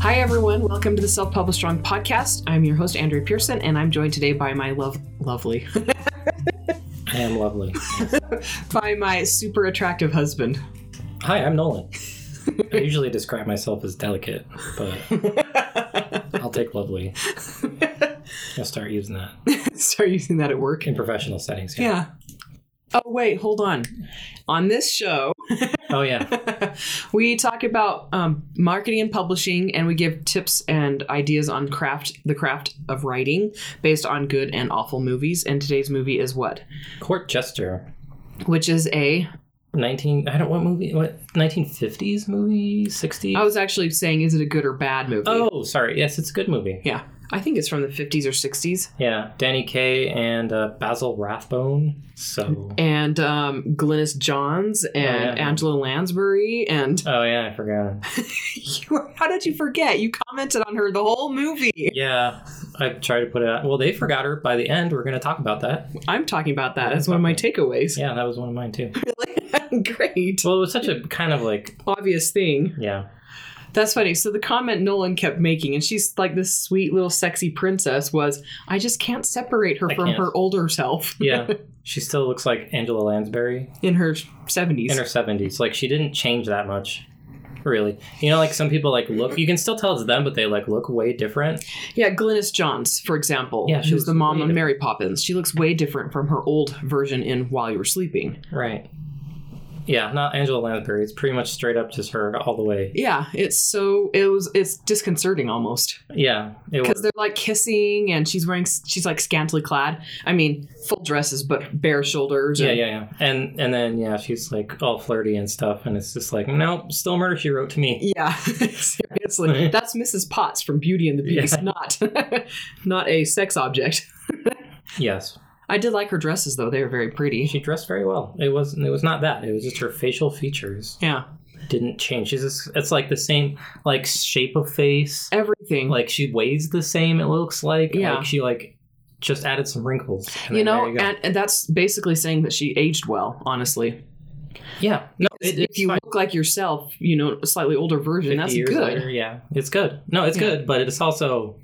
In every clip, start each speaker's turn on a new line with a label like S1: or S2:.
S1: Hi, everyone. Welcome to the Self Publish Strong podcast. I'm your host, Andrea Pearson, and I'm joined today by my love, lovely,
S2: I am lovely.
S1: by my super attractive husband.
S2: Hi, I'm Nolan. I usually describe myself as delicate, but I'll take lovely. I'll start using that
S1: Start using that at work.
S2: in professional settings.
S1: Yeah. Oh, wait, hold on. On this show,
S2: Oh, yeah.
S1: we talk about um, marketing and publishing, and we give tips and ideas on craft, the craft of writing, based on good and awful movies. And today's movie is what?
S2: Court Jester.
S1: Which is a.
S2: 19, I don't, what movie? What? 1950s movie? 60s?
S1: I was actually saying, is it a good or bad movie?
S2: oh, sorry. Yes, it's a good movie.
S1: yeah. I think it's from the 50s or 60s.
S2: Yeah. Danny Kaye and uh, Basil Rathbone. So.
S1: and um, Glynis Johns and
S2: Oh, yeah.
S1: Angela Lansbury and
S2: Oh, yeah, I forgot.
S1: you, how did you forget? You commented on her the whole movie.
S2: Yeah, I tried to put it out. Well, they forgot her by the end. We're going to talk about that.
S1: I'm talking about that as one of my takeaways.
S2: Yeah, that was one of mine, too.
S1: Great,
S2: Well, it was such a kind of like,
S1: obvious thing.
S2: yeah.
S1: That's funny. So the comment Nolan kept making, and she's like this sweet little sexy princess, was I just can't separate her
S2: I
S1: from
S2: can't.
S1: her older self
S2: yeah she still looks like angela lansbury
S1: in her 70s.
S2: in her 70s like she didn't change that much really you know like some people like look you can still tell it's them but they like look way different
S1: yeah, Glynis Johns, for example,
S2: Yeah, she
S1: who's
S2: looks
S1: the mom
S2: way
S1: of
S2: different.
S1: Mary Poppins. She looks way different from her old version in While You Were Sleeping.
S2: right yeah not angela lansbury it's pretty much straight up just her all the way
S1: Yeah, it's so it was it's disconcerting almost
S2: yeah it
S1: because
S2: was
S1: they're like kissing and she's wearing she's like scantily clad. I mean, full dresses but bare shoulders.
S2: yeah
S1: and-
S2: yeah yeah and and then yeah she's like all flirty and stuff and it's just like nope still murder she wrote to me
S1: yeah. Seriously, that's Mrs. Potts from Beauty and the Beast,
S2: Yeah.
S1: not not a sex object.
S2: yes
S1: I did like her dresses though; they were very pretty.
S2: she dressed very well it wasn't it was not that it was just her facial features
S1: Yeah,
S2: didn't change she's just, it's like the same like shape of face
S1: everything.
S2: like she weighs the same it looks like
S1: Yeah.
S2: like she like just added some wrinkles and
S1: you
S2: then
S1: know,
S2: there go.
S1: and, and that's basically saying that she aged well. Honestly,
S2: yeah no it,
S1: if
S2: it's
S1: you
S2: fine.
S1: look like yourself, you know, a slightly older version,
S2: 50
S1: that's
S2: years
S1: good.
S2: later, yeah it's good no it's
S1: Yeah.
S2: good but it's also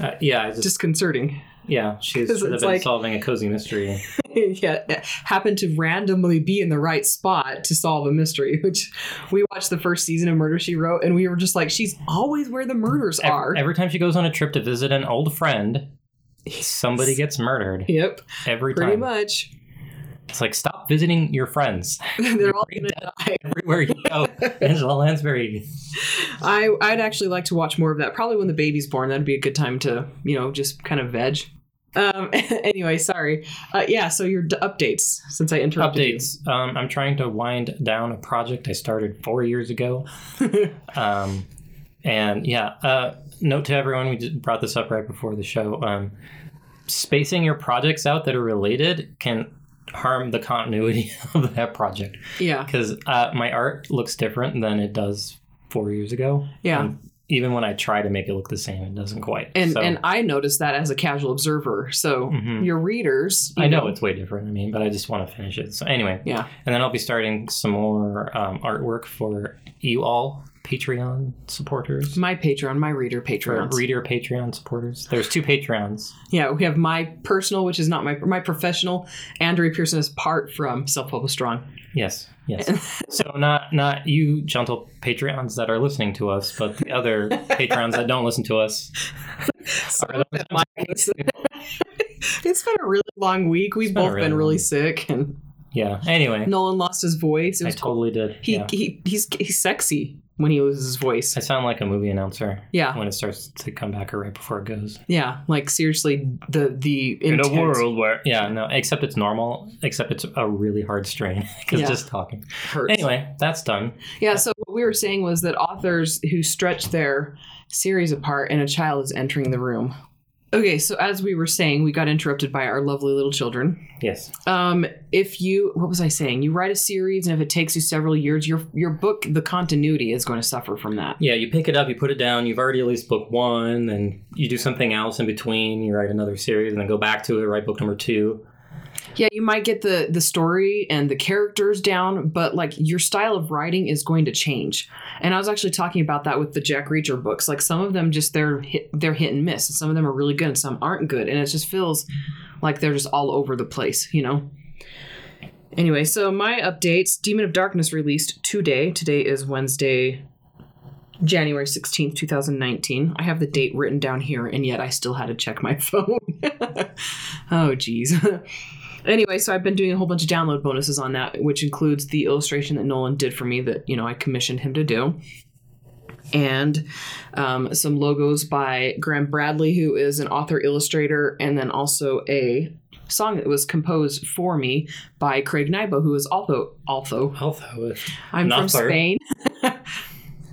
S2: uh, yeah I just,
S1: Disconcerting.
S2: yeah she
S1: 'cause
S2: should have
S1: it's
S2: been
S1: like-
S2: solving a cozy mystery
S1: yeah, happened to randomly be in the right spot to solve a mystery. Which we watched the first season of Murder She Wrote, and we were just like, she's always where the murders
S2: Ev-
S1: are.
S2: every, time she goes on a trip to visit an old friend somebody gets murdered
S1: yep,
S2: every
S1: pretty
S2: time
S1: much.
S2: it's like stop visiting your friends
S1: They're all gonna die.
S2: everywhere you go angela lansbury
S1: I I'd actually like to watch more of that. Probably when the baby's born, that'd be a good time to you know just kind of veg. Um, anyway, sorry. Uh, yeah, so your d- updates since I interrupted you.
S2: updates um, i'm trying to wind down a project i started four years ago um, and yeah uh, note to everyone we just brought this up right before the show um, spacing your projects out that are related can harm the continuity of that project
S1: Yeah,
S2: because uh, my art looks different than it does four years ago
S1: yeah.
S2: And even when i try to make it look the same it doesn't quite
S1: and
S2: Um, So,
S1: and I noticed that as a casual observer. So
S2: Mhm.
S1: your readers, you
S2: i know it's way different i mean but i just want to finish it so anyway
S1: Yeah.
S2: And then I'll be starting some more um, artwork for you all Patreon supporters.
S1: my Patreon, my reader
S2: Or
S1: Patreon.
S2: reader Patreon supporters. There's two Patreons.
S1: yeah, we have my personal, which is not my my professional. Andrea Pearson is part from Self Published Strong.
S2: Yes, yes. so not not you gentle Patreons that are listening to us, but the other Patreons that don't listen to us. Are those-
S1: it's been a really long week. We've
S2: It's been a
S1: both
S2: really
S1: been really
S2: long-
S1: sick, and
S2: yeah. Anyway,
S1: Nolan lost his voice. It
S2: I
S1: was
S2: totally did.
S1: he,
S2: yeah.
S1: he he's he's sexy when he loses his voice.
S2: I sound like a movie announcer
S1: Yeah,
S2: when it starts to come back or right before it goes.
S1: yeah. Like seriously, the the intense-
S2: where yeah, no, except it's normal, except it's a really hard strain because
S1: Yeah.
S2: just talking.
S1: hurts.
S2: Anyway, that's done.
S1: Yeah, so what we were saying was that authors who stretch their series apart and a child is entering the room. Okay, so as we were saying, we got interrupted by our lovely little children.
S2: Yes.
S1: Um, if you, what was I saying? You write a series, and if it takes you several years, your your book, the continuity is going to suffer from that.
S2: Yeah, you pick it up, you put it down, you've already at least book one, then you do something else in between, you write another series, and then go back to it, write book number two.
S1: Yeah, you might get the the story and the characters down, but like your style of writing is going to change. And I was actually talking about that with the Jack Reacher books. Like some of them just they're hit, they're hit and miss. Some of them are really good and some aren't good, and it just feels like they're just all over the place, you know. Anyway, so my updates, Demon of Darkness released today. Today is Wednesday, January 16th, 2019. I have the date written down here, and yet I still had to check my phone. oh, geez. anyway, so I've been doing a whole bunch of download bonuses on that, which includes the illustration that Nolan did for me that, you know, I commissioned him to do. And um, some logos by Graham Bradley, who is an author illustrator, and then also a song that was composed for me by Craig Nybo, who is also also
S2: Although, if-
S1: I'm
S2: Not
S1: from
S2: far.
S1: Spain.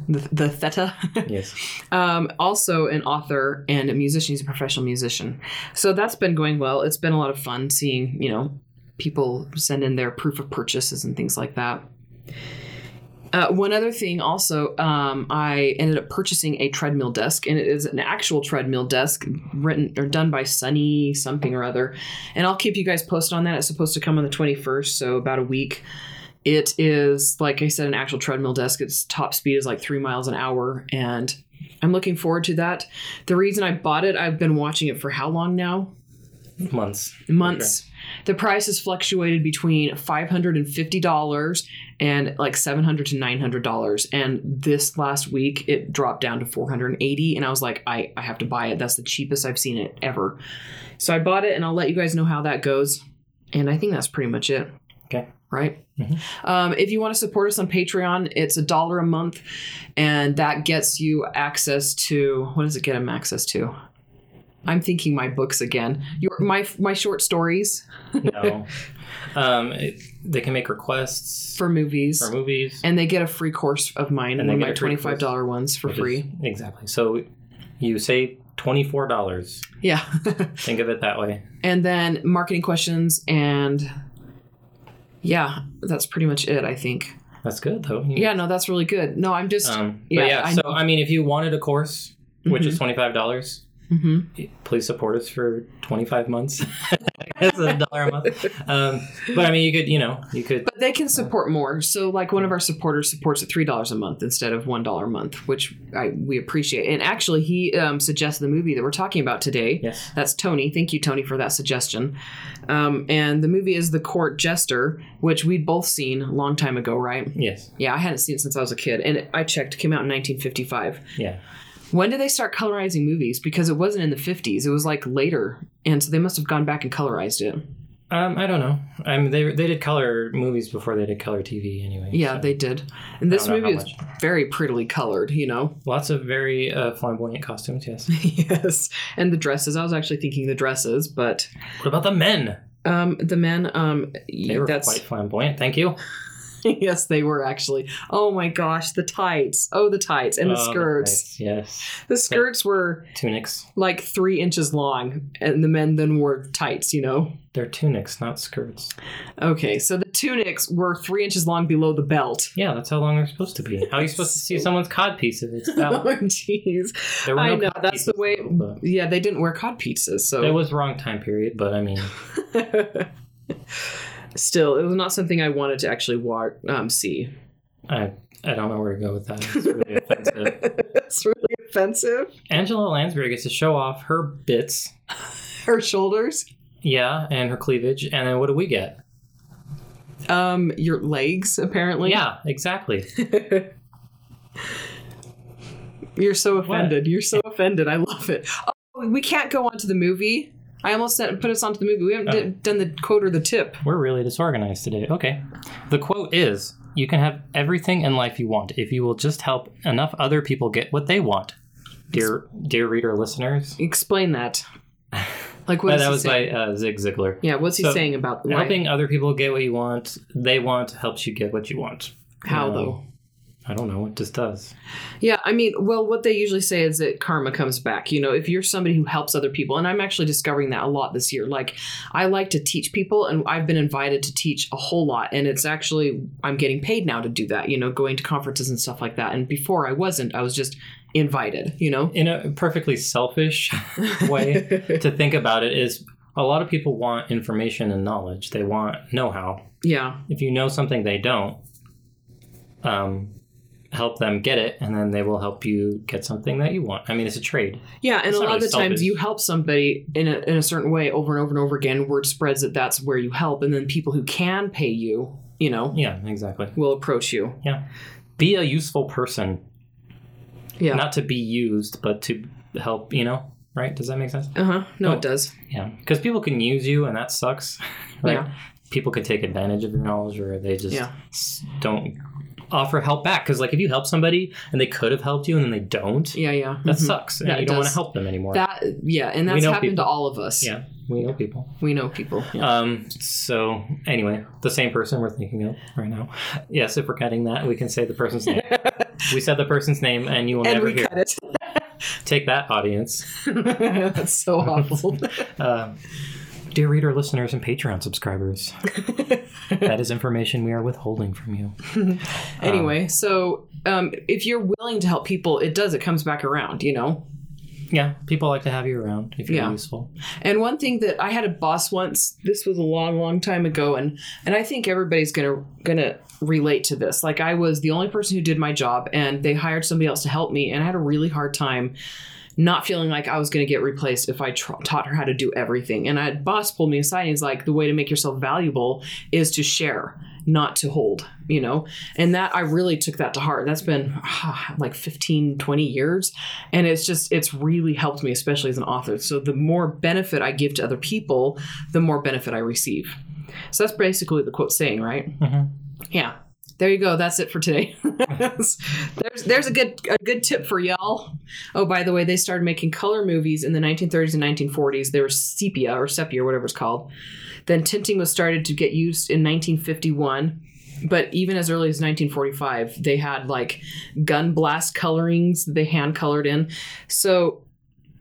S1: the, the Theta.
S2: yes,
S1: um, also an author and a musician. He's a professional musician. So that's been going well. It's been a lot of fun seeing, you know, people send in their proof of purchases and things like that. Uh, one other thing also, um, I ended up purchasing a treadmill desk, and it is an actual treadmill desk written or done by Sunny something or other. And I'll keep you guys posted on that. It's supposed to come on the 21st, so about a week. It is, like I said, an actual treadmill desk. Its top speed is like three miles an hour, and I'm looking forward to that. The reason I bought it, I've been watching it for how long now?
S2: months.
S1: Months. The price has fluctuated between five hundred and fifty dollars and like seven hundred to nine hundred dollars. And this last week, it dropped down to four hundred and eighty. And I was like, I I have to buy it. That's the cheapest I've seen it ever. So I bought it, and I'll let you guys know how that goes. And I think that's pretty much it
S2: Okay.
S1: right?
S2: Mhm.
S1: Um, if you want to support us on Patreon, it's a dollar a month, and that gets you access to what does it get them access to? I'm thinking my books again. Your my my short stories
S2: No. um, it- they can make requests
S1: for movies,
S2: for movies.
S1: and they get a free course of mine,
S2: And they
S1: one of
S2: get
S1: my
S2: a free
S1: twenty
S2: course.
S1: five dollar ones for
S2: which is-
S1: free.
S2: exactly. So you save twenty four dollars.
S1: Yeah,
S2: Think of it that way.
S1: and then marketing questions and yeah, that's pretty much it. I think.
S2: That's good though.
S1: Yeah, no, that's really good. No, I'm just.
S2: Um,
S1: Yeah,
S2: but yeah.
S1: I Mm-hmm.
S2: so I mean, if you wanted a course, which is twenty five dollars,
S1: hmm
S2: please support us for 25 months it's a dollar a month um, but i mean you could you know you could
S1: But they can support more. So, like one of our supporters supports at three dollars a month instead of one dollar a month, which I, we appreciate. And actually, he um, suggested the movie that we're talking about today.
S2: yes
S1: That's Tony. Thank you, Tony, for that suggestion. Um, and the movie is The Court Jester, which we'd both seen a long time ago, right?
S2: yes
S1: Yeah, I hadn't seen it since I was a kid, and I checked. It came out in 1955.
S2: yeah
S1: When did they start colorizing movies? Because it wasn't in the 50s. It was like later, and so they must have gone back and colorized it.
S2: um, i don't know i mean they, they did color movies before they did color tv anyway
S1: Yeah,
S2: so
S1: they did. And this
S2: I don't know
S1: movie
S2: how
S1: is very prettily colored. You know.
S2: lots of very uh, flamboyant costumes yes
S1: yes and the dresses i was actually thinking the dresses but
S2: what about the men
S1: um the men um
S2: they were
S1: that's
S2: quite flamboyant thank you
S1: yes they were actually oh my gosh the tights oh the tights and the
S2: Oh,
S1: skirts
S2: nice. yes
S1: the skirts were
S2: tunics
S1: like three inches long and the men then wore tights you know
S2: they're tunics not skirts
S1: okay so the tunics were three inches long below the belt
S2: yeah that's how long they're supposed to be how are you supposed to see someone's cod piece if it's that long?
S1: oh jeez
S2: There were
S1: i
S2: no
S1: know
S2: cod
S1: that's the
S2: pieces,
S1: way
S2: but-
S1: yeah they didn't wear cod pieces so
S2: that was wrong time period but i mean
S1: still it was not something i wanted to actually wa- um, see
S2: I I don't know where to go with that. It's really offensive.
S1: That's really offensive.
S2: Angela Lansbury gets to show off her bits,
S1: Her shoulders,
S2: yeah, and her cleavage, and then what do we get?
S1: um, your legs, apparently.
S2: Yeah, exactly.
S1: You're so offended. You're so offended. I love it. Oh, we can't go on to the movie. I almost said put us onto the movie. We haven't
S2: Oh.
S1: d- done the quote or the tip.
S2: We're really disorganized today. Okay. The quote is You can have everything in life you want if you will just help enough other people get what they want. Dear dear reader listeners.
S1: Explain that. Like what
S2: Uh,
S1: is
S2: that
S1: he
S2: was
S1: saying?
S2: by uh, Zig Ziglar.
S1: yeah, what's he
S2: so,
S1: saying about why-
S2: Helping other people get what you want, they want, helps you get what you want.
S1: how
S2: um,
S1: though?
S2: I don't know. It just does.
S1: Yeah, I mean, well, what they usually say is that karma comes back. You know, if you're somebody who helps other people, and I'm actually discovering that a lot this year. Like, I like to teach people, and I've been invited to teach a whole lot, and it's actually, I'm getting paid now to do that, you know, going to conferences and stuff like that. And before I wasn't, I was just invited, you know?
S2: in a perfectly selfish way to think about it is a lot of people want information and knowledge. They want know-how.
S1: Yeah.
S2: If you know something they don't, um, help them get it, and then they will help you get something that you want. I mean, it's a trade.
S1: Yeah, and
S2: It's
S1: a
S2: not
S1: lot of the
S2: really
S1: times
S2: selfish.
S1: you help somebody in a, in a certain way over and over and over again. Word spreads that that's where you help, and then people who can pay you, you know,
S2: Yeah, exactly.
S1: will approach you.
S2: Yeah, be a useful person,
S1: Yeah.
S2: not to be used, but to help. You know, right? Does that make sense?
S1: uh huh. No,
S2: Oh.
S1: it does.
S2: Yeah, because people can use you, and that sucks. Right?
S1: Yeah.
S2: People could take advantage of your knowledge, or they just
S1: Yeah.
S2: s- don't offer help back. Because like, if you help somebody and they could have helped you, and then they don't,
S1: Yeah, yeah.
S2: that
S1: Mhm.
S2: sucks, and
S1: Yeah,
S2: you
S1: it
S2: don't want to
S1: does.
S2: help them anymore.
S1: That yeah, and
S2: We
S1: that's
S2: know
S1: happened
S2: people.
S1: to all of us.
S2: yeah, we know people.
S1: We know people. Yeah.
S2: Um, so anyway, the same person we're thinking of right now. Yes, if we're cutting that, we can say the person's name. we said the person's name, and you will
S1: and
S2: never
S1: we
S2: hear.
S1: cut it.
S2: Take that, audience.
S1: that's so awful.
S2: Um, dear reader, listeners, and Patreon subscribers, that is information we are withholding from you.
S1: anyway, so um, if you're willing to help people, it does. It comes back around, you know.
S2: Yeah, people like to have you around if you're
S1: Yeah.
S2: useful.
S1: And one thing that I had a boss once, this was a long, long time ago, and and I think everybody's gonna gonna relate to this. Like I was the only person who did my job and they hired somebody else to help me, and I had a really hard time not feeling like I was going to get replaced if I tr- taught her how to do everything. And I boss pulled me aside and he's like, the way to make yourself valuable is to share, not to hold, you know? And that I really took that to heart. That's been ah, like 15, 20 years. And it's just, it's really helped me, especially as an author. So the more benefit I give to other people, the more benefit I receive. So that's basically the quote saying, right?
S2: Mhm.
S1: Yeah. There you go. That's it for today. there's there's a good a good tip for y'all. Oh, by the way, they started making color movies in the 1930s and 1940s. They were sepia or sepia or whatever it's called. Then tinting was started to get used in 1951. But even as early as 1945, they had like gun blast colorings that they hand colored in. So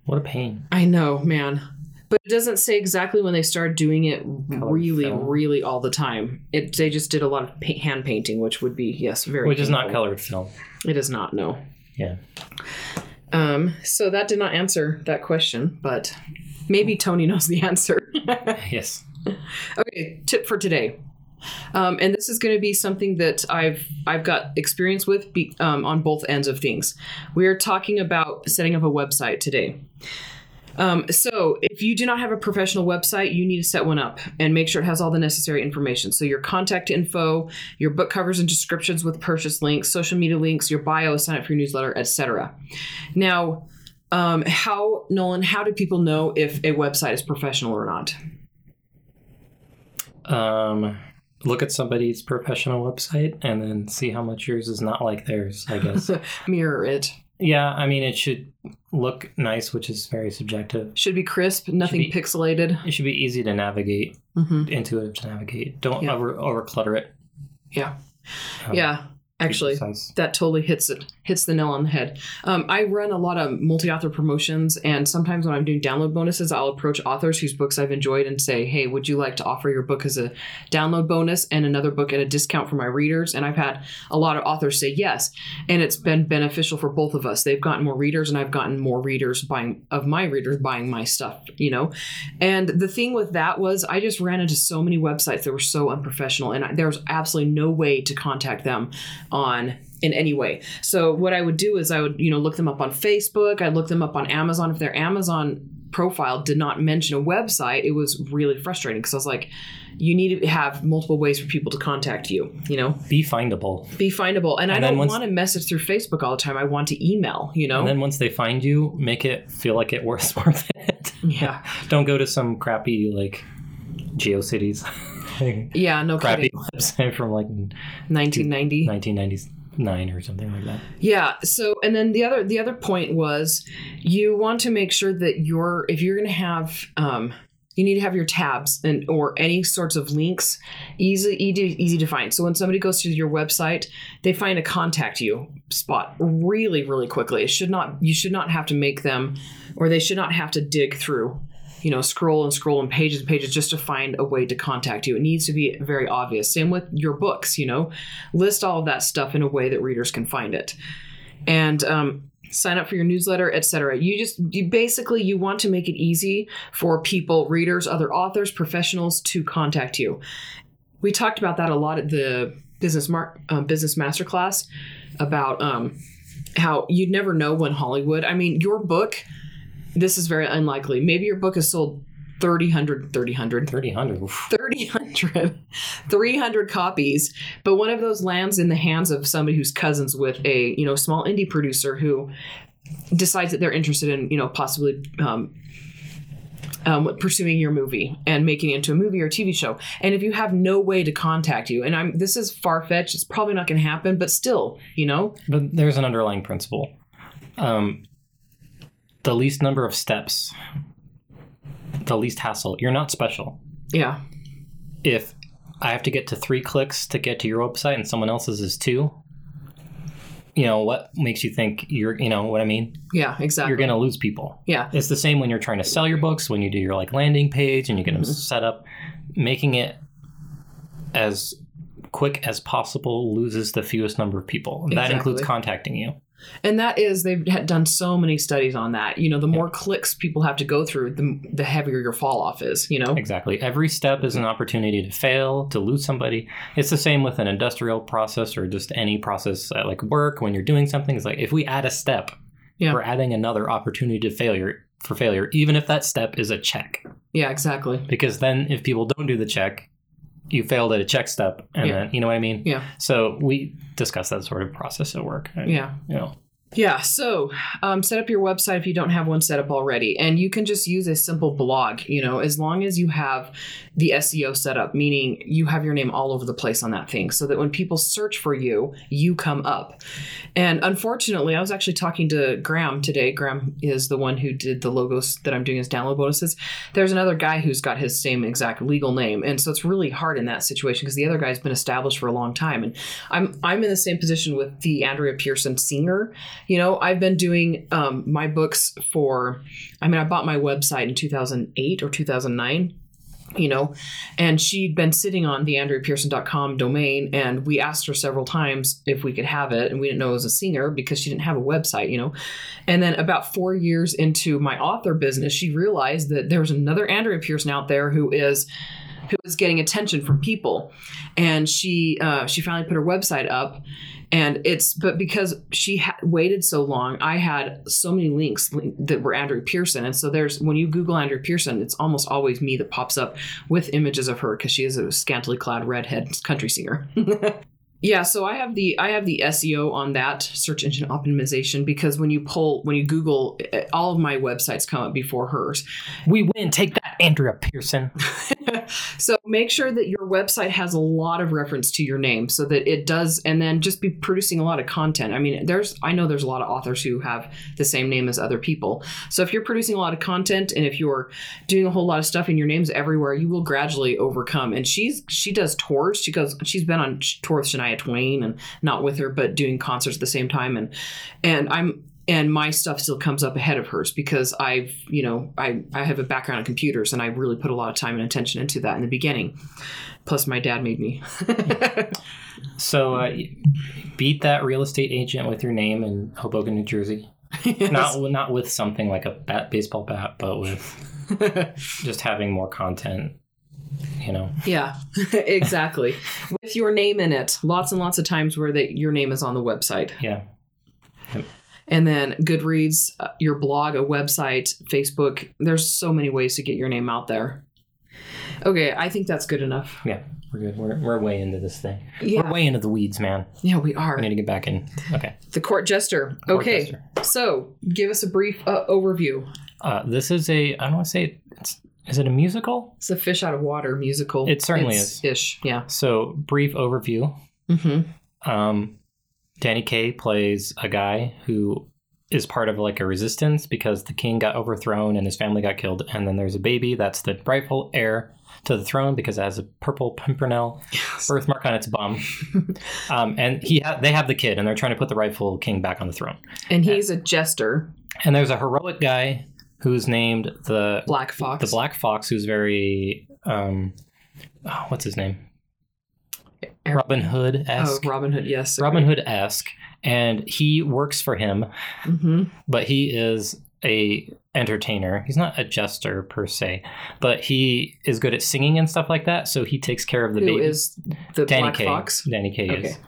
S2: What a pain.
S1: I know, man. But it doesn't say exactly when they started doing it really,
S2: film.
S1: really all the time. It, they just did a lot of pa- hand painting, which would be, yes, very.
S2: Which is not
S1: painful.
S2: colored film.
S1: It is not, no.
S2: Yeah.
S1: Um, so that did not answer that question, but maybe Tony knows the answer.
S2: Yes.
S1: okay, tip for today. Um, and this is going to be something that I've I've got experience with be, um, on both ends of things. We are talking about setting up a website today. Um, so, if you do not have a professional website, you need to set one up and make sure it has all the necessary information. So, your contact info, your book covers and descriptions with purchase links, social media links, your bio, sign up for your newsletter, etc. Now, um, how Nolan? How do people know if a website is professional or not?
S2: Um, look at somebody's professional website and then see how much yours is not like theirs, I guess.
S1: Mirror it.
S2: yeah, I mean, it should look nice, which is very subjective.
S1: Should be crisp, nothing
S2: Should be-
S1: pixelated.
S2: It should be easy to navigate,
S1: hmm
S2: intuitive to navigate. Don't
S1: Yeah.
S2: over over clutter it.
S1: Yeah.
S2: Um,
S1: Yeah.
S2: be
S1: Actually,
S2: precise.
S1: that totally hits it hits the nail on the head. Um, I run a lot of multi-author promotions, and sometimes when I'm doing download bonuses, I'll approach authors whose books I've enjoyed and say, "Hey, would you like to offer your book as a download bonus and another book at a discount for my readers?" And I've had a lot of authors say yes, and it's been beneficial for both of us. They've gotten more readers, and I've gotten more readers buying of my readers buying my stuff. You know, and the thing with that was I just ran into so many websites that were so unprofessional, and I- there was absolutely no way to contact them on in any way. So what I would do is I would, you know, look them up on Facebook, I'd look them up on Amazon. If their Amazon profile did not mention a website, it was really frustrating because I was like, you need to have multiple ways for people to contact you, you know,
S2: Be findable.
S1: be findable. And, I
S2: And then
S1: don't
S2: once-
S1: want to message through Facebook all the time. I want to email, you know?
S2: And then once they find you, make it feel like it was worth it.
S1: yeah.
S2: Don't go to some crappy like GeoCities thing.
S1: Yeah, no
S2: crappy
S1: kidding.
S2: website from like
S1: 1990.
S2: 1999 or something like that.
S1: Yeah. So, and then the other the other point was, you want to make sure that your if you're going to have um, you need to have your tabs and or any sorts of links easy easy easy to find. So when somebody goes to your website, they find a contact you spot really really quickly. It should not you should not have to make them, or they should not have to dig through. You know, scroll and scroll and pages and pages just to find a way to contact you. It needs to be very obvious. Same with your books, you know, list all of that stuff in a way that readers can find it. And um, sign up for your newsletter, etc. You just you basically you want to make it easy for people, readers, other authors, professionals to contact you. We talked about that a lot at the business mar- um, business masterclass about um, how you'd never know when Hollywood. I mean, your book. This is very unlikely. Maybe your book has sold 30, 100, 30, 100.
S2: 300. Oof.
S1: 300 300 copies but one of those lands in the hands of somebody who's cousins with a you know small indie producer who decides that they're interested in you know possibly um, um, pursuing your movie and making it into a movie or TV show, and if you have no way to contact you, and I'm this is far fetched, it's probably not going to happen, but still, you know,
S2: But there's an underlying principle. Um, the least number of steps, the least hassle. You're not special.
S1: yeah,
S2: If I have to get to three clicks to get to your website and someone else's is two, you know, what makes you think you're, you know what I mean?
S1: yeah, exactly,
S2: You're going to lose people.
S1: yeah,
S2: It's the same when you're trying to sell your books, when you do your like landing page and you get
S1: Mm-hmm.
S2: them set up. Making it as quick as possible loses the fewest number of people. That
S1: Exactly.
S2: includes contacting you.
S1: and that is they've had done so many studies on that. You know, the more clicks people have to go through, the the heavier your fall off is. You know,
S2: Exactly. Every step is an opportunity to fail, to lose somebody. It's the same with an industrial process or just any process at like work when you're doing something. It's like if we add a step,
S1: Yeah.
S2: we're adding another opportunity to failure for failure, even if that step is a check.
S1: yeah, exactly.
S2: Because then if people don't do the check, you failed at a check step and
S1: Yeah.
S2: then you know what I mean?
S1: Yeah.
S2: So we discuss that sort of process at work. And,
S1: Yeah.
S2: You know.
S1: Yeah. So um, set up your website if you don't have one set up already. And you can just use a simple blog, you know, as long as you have the SEO set up, meaning you have your name all over the place on that thing so that when people search for you, you come up. And unfortunately, I was actually talking to Graham today. Graham is the one who did the logos that I'm doing as download bonuses. There's another guy who's got his same exact legal name. And so it's really hard in that situation because the other guy's been established for a long time. And I'm I'm in the same position with the Andrea Pearson singer. You know, I've been doing um, my books for. I mean, I bought my website in 2008 or 2009. You know, and she'd been sitting on the AndreaPearson.com domain, and we asked her several times if we could have it, and we didn't know it was a singer because she didn't have a website, you know. And then about four years into my author business, she realized that there was another Andrea Pearson out there who is who is getting attention from people, and she uh, she finally put her website up, and it's but because she ha- waited so long, I had so many links link, that were Andrew Pearson, and so there's when you Google Andrew Pearson, it's almost always me that pops up with images of her because she is a scantily clad redhead country singer. Yeah, so I have the I have the SEO on that search engine optimization because when you pull when you Google, eh, all of my websites come up before hers,
S2: We win. Take that, Andrea Pearson.
S1: so make sure that your website has a lot of reference to your name so that it does and then just be producing a lot of content i mean there's i know there's a lot of authors who have the same name as other people so if you're producing a lot of content and if you're doing a whole lot of stuff and your name's everywhere you will gradually overcome and she's she does tours she goes she's been on tour with shania twain and not with her but doing concerts at the same time and and i'm and my stuff still comes up ahead of hers because I've, you know, I, I have a background in computers and I really put a lot of time and attention into that in the beginning. Plus, my dad made me.
S2: So uh, beat that real estate agent with your name in Hoboken, New Jersey. Not not with something like a bat, baseball bat, but with just having more content. You know,
S1: yeah, exactly. With your name in it, lots and lots of times where that your name is on the website.
S2: yeah,
S1: And then Goodreads, uh, your blog, a website, Facebook. There's so many ways to get your name out there. Okay, I think that's good enough.
S2: yeah, we're good. We're we're way into this thing. We're
S1: Yeah,
S2: way into the weeds, man.
S1: yeah, we
S2: I
S1: are.
S2: need to get back in. Okay.
S1: The court jester. Okay,
S2: Orchestra.
S1: so give us a brief uh, overview.
S2: Uh, this is a. I don't want to say it's. Is it a musical?
S1: It's a fish out of water musical.
S2: It certainly
S1: It's
S2: is.
S1: Ish, yeah.
S2: So brief overview.
S1: hmm
S2: Um, Danny Kaye plays a guy who is part of like a resistance because the king got overthrown and his family got killed, and then there's a baby that's the rightful heir to the throne because it has a purple pimpernel birthmark on its bum, um, and he ha- they have the kid, and they're trying to put the rightful king back on the throne.
S1: And
S2: Uh,
S1: he's a jester,
S2: And there's a heroic guy who's named the
S1: Black Fox.
S2: the black fox, who's very um, oh, what's his name?
S1: Iron
S2: Robin Hood
S1: Oh,
S2: esque.
S1: Robin Hood. Yes.
S2: Robin Hood esque, and he works for him,
S1: hmm
S2: but he is a entertainer. He's not a jester per se, but he is good at singing and stuff like that. So he takes care of the
S1: Who
S2: baby.
S1: is the
S2: Danny
S1: Black
S2: Kaye.
S1: Fox?
S2: Danny Kaye
S1: Okay.
S2: is.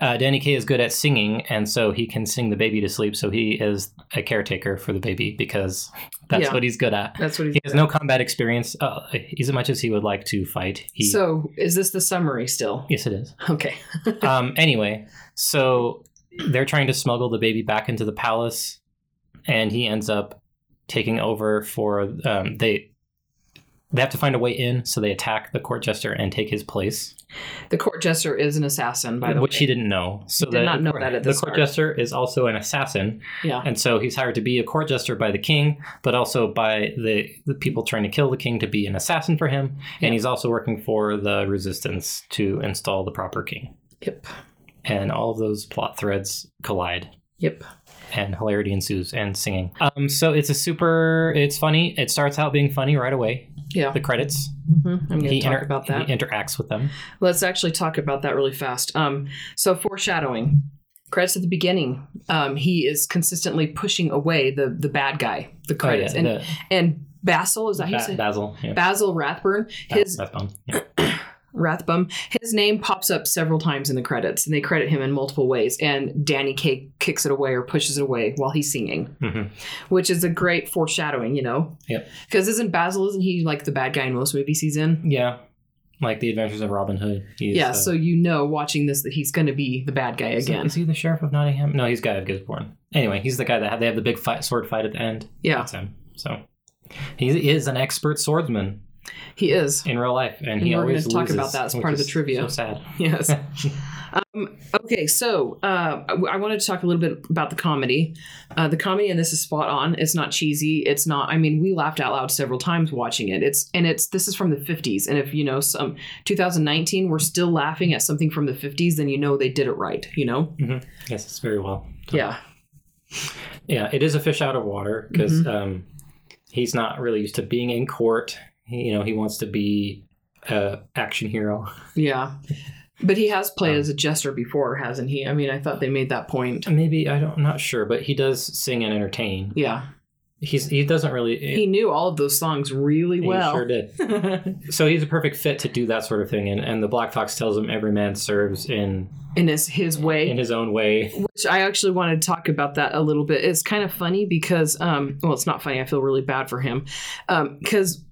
S2: Uh, Danny Kaye is good at singing, and so he can sing the baby to sleep. So he is a caretaker for the baby because that's
S1: Yeah.
S2: what he's good at.
S1: That's what he's.
S2: He has no combat experience uh, as much as he would like to fight. He,
S1: So is this the summary still?
S2: yes, it is.
S1: Okay.
S2: um, anyway, so they're trying to smuggle the baby back into the palace, and he ends up taking over for um, they. They have to find a way in, so they attack the court jester and take his place,
S1: The court jester is an assassin, by the
S2: which
S1: way.
S2: he didn't know. So
S1: He did
S2: the-
S1: not know that at the
S2: the court
S1: start.
S2: jester is also an assassin,
S1: yeah.
S2: and so he's hired to be a court jester by the king, but also by the, the people trying to kill the king to be an assassin for him.
S1: Yeah.
S2: And he's also working for the resistance to install the proper king.
S1: Yep.
S2: and all of those plot threads collide
S1: Yep.
S2: and hilarity ensues and singing um so it's a super it's funny it starts out being funny right away
S1: Yeah.
S2: the credits
S1: hmm I'm going to talk
S2: inter-
S1: about that.
S2: he interacts with them
S1: Let's actually talk about that really fast. Um, so foreshadowing. Credits at the beginning. Um, he is consistently pushing away the the bad guy. The credits
S2: oh,
S1: and
S2: yeah,
S1: and Basil is that how you
S2: the,
S1: say
S2: ba-
S1: it?
S2: basil yeah.
S1: Basil Rathburn.
S2: Ba-
S1: His
S2: that's fun. Yeah.
S1: Rathbum. His name pops up several times in the credits, and they credit him in multiple ways. And Danny Kaye kicks it away or pushes it away while he's singing,
S2: Mhm.
S1: which is a great foreshadowing, you know.
S2: Yep.
S1: Because isn't Basil isn't he like the bad guy in most movies he's in?
S2: yeah like the adventures of robin hood He's,
S1: yeah.
S2: uh,
S1: so you know, watching this, that he's going to be the bad guy
S2: is he-
S1: again.
S2: is he the sheriff of nottingham no he's guy of gisborne anyway he's the guy that have, they have the big fight, sword fight at the end
S1: Yeah,
S2: that's him so he is an expert swordsman
S1: he is.
S2: in real life and,
S1: And
S2: he
S1: we're gonna
S2: always
S1: talk about
S2: loses,
S1: that as
S2: which
S1: part of the
S2: is
S1: trivia.
S2: so sad
S1: Yes. um, okay, so uh, I I wanted to talk a little bit about the comedy. Uh, the comedy in this is spot on. It's not cheesy. It's not. I mean, we laughed out loud several times watching it. It's and it's this is from the '50s, and if you know some 2019, we're still laughing at something from the '50s, then you know they did it right. You know?
S2: Yes, it's very well.
S1: Yeah.
S2: Yeah, it is a fish out of water because
S1: Mm-hmm.
S2: um, he's not really used to being in court. He, you know, he wants to be a action hero.
S1: Yeah. But he has played
S2: Um,
S1: as a jester before, hasn't he? I mean, I thought they made that point.
S2: Maybe I don't, I'm not sure, but he does sing and entertain.
S1: Yeah.
S2: He's he doesn't really.
S1: He knew all of those songs really
S2: he
S1: well.
S2: sure did. So he's a perfect fit to do that sort of thing. And, and the Black Fox tells him every man serves in
S1: in his, his way.
S2: in his own way.
S1: which I actually want to talk about that a little bit. It's kind of funny because, um, well, it's not funny. I feel really bad for him because,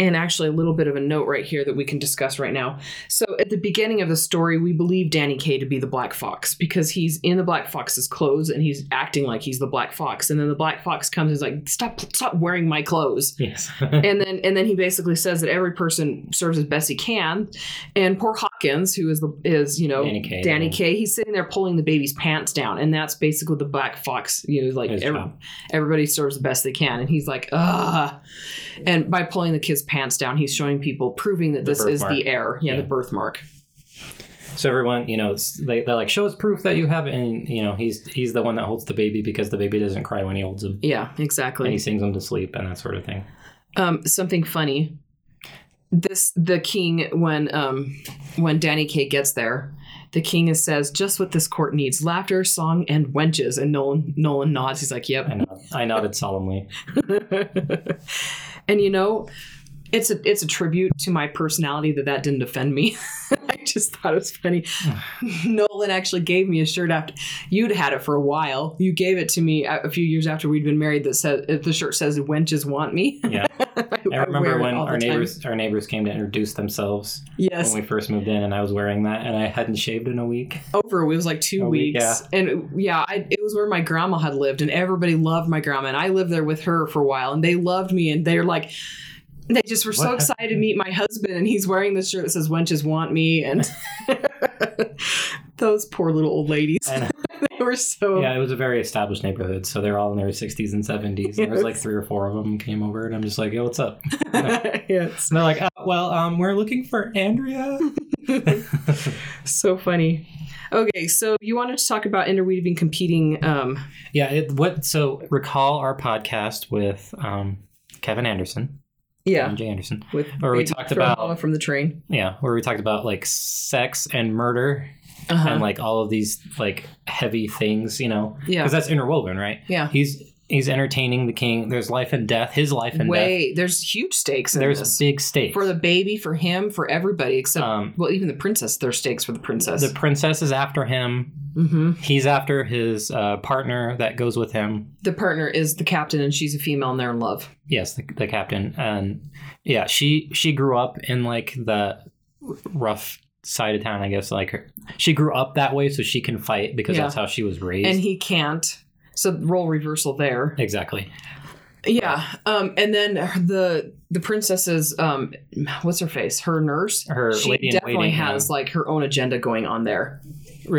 S1: and actually, a little bit of a note right here that we can discuss right now. So, at the beginning of the story, we believe Danny Kaye to be the Black Fox because he's in the Black Fox's clothes and he's acting like he's the Black Fox, and then the Black Fox comes and is like, "Stop, stop wearing my clothes."
S2: Yes.
S1: and then and then he basically says that every person serves as best he can and poor hawkins who is the is you know
S2: Danny Kaye, yeah.
S1: Kaye, he's sitting there pulling the baby's pants down and that's basically the black fox you know like
S2: His
S1: every-
S2: job.
S1: everybody serves the best they can and he's like ah and by pulling the kid's pants down he's showing people proving that
S2: The
S1: this is the
S2: birthmark.
S1: heir yeah,
S2: Yeah.
S1: the birthmark
S2: So everyone, you know, it's, they they're like, show us proof that you have, it." and you know, he's he's the one that holds the baby because the baby doesn't cry when he holds him.
S1: yeah
S2: and
S1: exactly
S2: he sings them to sleep and that sort of thing.
S1: um, something funny. This the king when um, when Danny Kaye gets there, the king is says just what this court needs: laughter, song, and wenches. And Nolan Nolan nods. He's like,
S2: I,
S1: "Yep."
S2: nod, I nodded solemnly.
S1: and you know, it's a it's a tribute to my personality that that didn't offend me. I just thought it was funny. Nolan actually gave me a shirt after you'd had it for a while. You gave it to me a a few years after we'd been married. That said, the shirt says "Wenches want me."
S2: Yeah,
S1: I, wear
S2: I remember
S1: it
S2: when
S1: all the
S2: our
S1: time.
S2: neighbors our neighbors came to introduce themselves
S1: Yes.
S2: when we first moved in, and I was wearing that, and I hadn't shaved in a week.
S1: over. It was like two
S2: A week,
S1: weeks, and yeah, I, it was where my grandma had lived, and everybody loved my grandma, and I lived there with her for a while, and they loved me, and they're like, they just were so
S2: What
S1: excited to meet my husband, and he's wearing this shirt that says "Wenches Want Me," and those poor little old ladies,
S2: And
S1: they were so
S2: yeah, it was a very established neighborhood, so they're all in their sixties and seventies. There was like three or four of them came over, and I'm just like, "Yo, what's up?" And
S1: yes,
S2: they're like, oh, "Well, um, we're looking for Andrea."
S1: so funny. Okay, so you wanted to talk about interweaving competing. Um,
S2: yeah, it, what? So recall our podcast with um, Kevin Anderson.
S1: Yeah.
S2: John J. Anderson.
S1: With
S2: Or we
S1: baby
S2: talked
S1: thrown
S2: about-
S1: falling from the train.
S2: Yeah, where we talked about like sex and murder
S1: Uh-huh.
S2: and like all of these like heavy things, you know,
S1: Yeah.
S2: because that's interwoven, right?
S1: yeah.
S2: He's he's entertaining the king. There's life and death. His life and death.
S1: Way there's huge stakes in
S2: There's
S1: this.
S2: big stakes
S1: for the baby, for him, for everybody except
S2: Um,
S1: well, even the princess. There's stakes for the princess.
S2: the princess is after him.
S1: hmm
S2: He's after his uh, partner that goes with him.
S1: the partner is the captain, and she's a female, and they're in love.
S2: Yes, the, the captain. And yeah, she she grew up in like the rough side of town, I guess. Like her, she grew up that way, so she can fight because
S1: Yeah.
S2: that's how she was raised.
S1: and he can't. So role reversal there.
S2: exactly.
S1: Yeah. Um, and then the the princess's um, what's her face? Her nurse.
S2: Her
S1: she
S2: lady in
S1: definitely
S2: waiting,
S1: has
S2: um,
S1: like her own agenda going on there.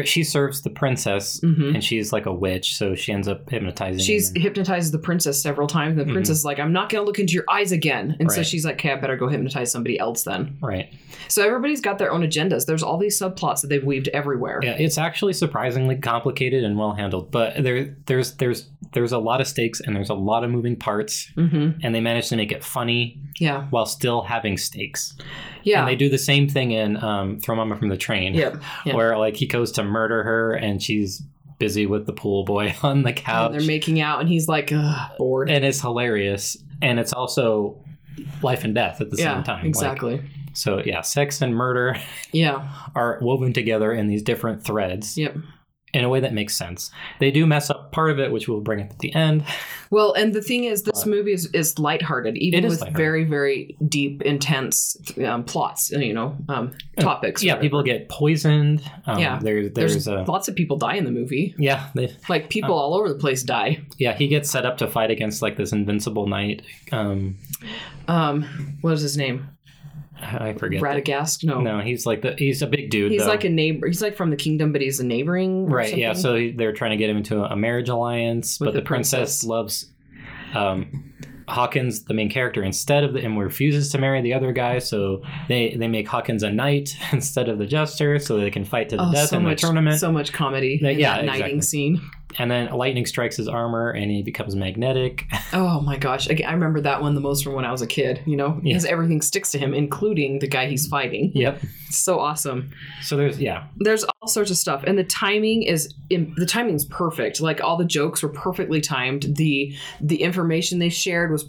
S2: She serves the princess,
S1: hmm
S2: and she's like a witch, so she ends up hypnotizing.
S1: She's
S2: him.
S1: hypnotizes the princess several times. And the
S2: Mhm.
S1: princess is like, "I'm not going to look into your eyes again," and so
S2: Right.
S1: she's like, "Okay, I better go hypnotize somebody else then."
S2: right.
S1: So everybody's got their own agendas. There's all these subplots that they've weaved everywhere.
S2: Yeah, it's actually surprisingly complicated and well handled, but there there's there's there's a lot of stakes and there's a lot of moving parts,
S1: hmm
S2: and they manage to make it funny
S1: Yeah.
S2: while still having stakes.
S1: Yeah.
S2: And they do the same thing in um, Throw Mama from the Train,
S1: Yep. yeah.
S2: where like he goes to murder her and she's busy with the pool boy on the couch,
S1: And they're making out, and he's like, Ugh, bored.
S2: and it's hilarious, and it's also life and death at the
S1: yeah.
S2: same time. Like,
S1: exactly.
S2: so yeah, sex and murder
S1: yeah.
S2: are woven together in these different threads
S1: Yep.
S2: in a way that makes sense. They do mess up part of it, which we'll bring up at the end.
S1: Well, and the thing is, this
S2: But-
S1: movie is, is lighthearted, even
S2: It is
S1: with
S2: lighthearted.
S1: very, very deep, intense um, plots, you know, um, topics.
S2: Oh, Yeah,
S1: whatever.
S2: people get poisoned. Um,
S1: Yeah.
S2: there,
S1: There's,
S2: there's, Oh. a
S1: lots of people die in the movie.
S2: yeah, they,
S1: Like, people all over the place die.
S2: yeah. He gets set up to fight against like this invincible knight. Um,
S1: Um, what is his name?
S2: I forget. the-
S1: Radagast? No.
S2: No, he's like the he's a big dude.
S1: Oh. He's
S2: though.
S1: like a neighbor. He's like from the kingdom, but he's a neighboring. or
S2: right. Yeah.
S1: something.
S2: So he- they're trying to get him into a marriage alliance,
S1: With
S2: but
S1: the
S2: the princess,
S1: princess.
S2: loves um, Hawkins, the main character, instead of the and refuses to marry the other guy. So they they make Hawkins a knight instead of the jester, so they can fight to the
S1: Oh,
S2: death
S1: so
S2: in the
S1: much,
S2: tournament.
S1: So much comedy.
S2: Yeah,
S1: in
S2: yeah,
S1: that knighting
S2: exactly.
S1: scene.
S2: and then lightning strikes his armor, and he becomes magnetic.
S1: Oh my gosh. Again, I remember that one the most from when I was a kid, you know,
S2: Yeah.
S1: because everything sticks to him, including the guy he's fighting.
S2: yep.
S1: It's so awesome.
S2: So there's yeah.
S1: there's all sorts of stuff and the timing is im- the timing's perfect like all the jokes were perfectly timed the the information they shared was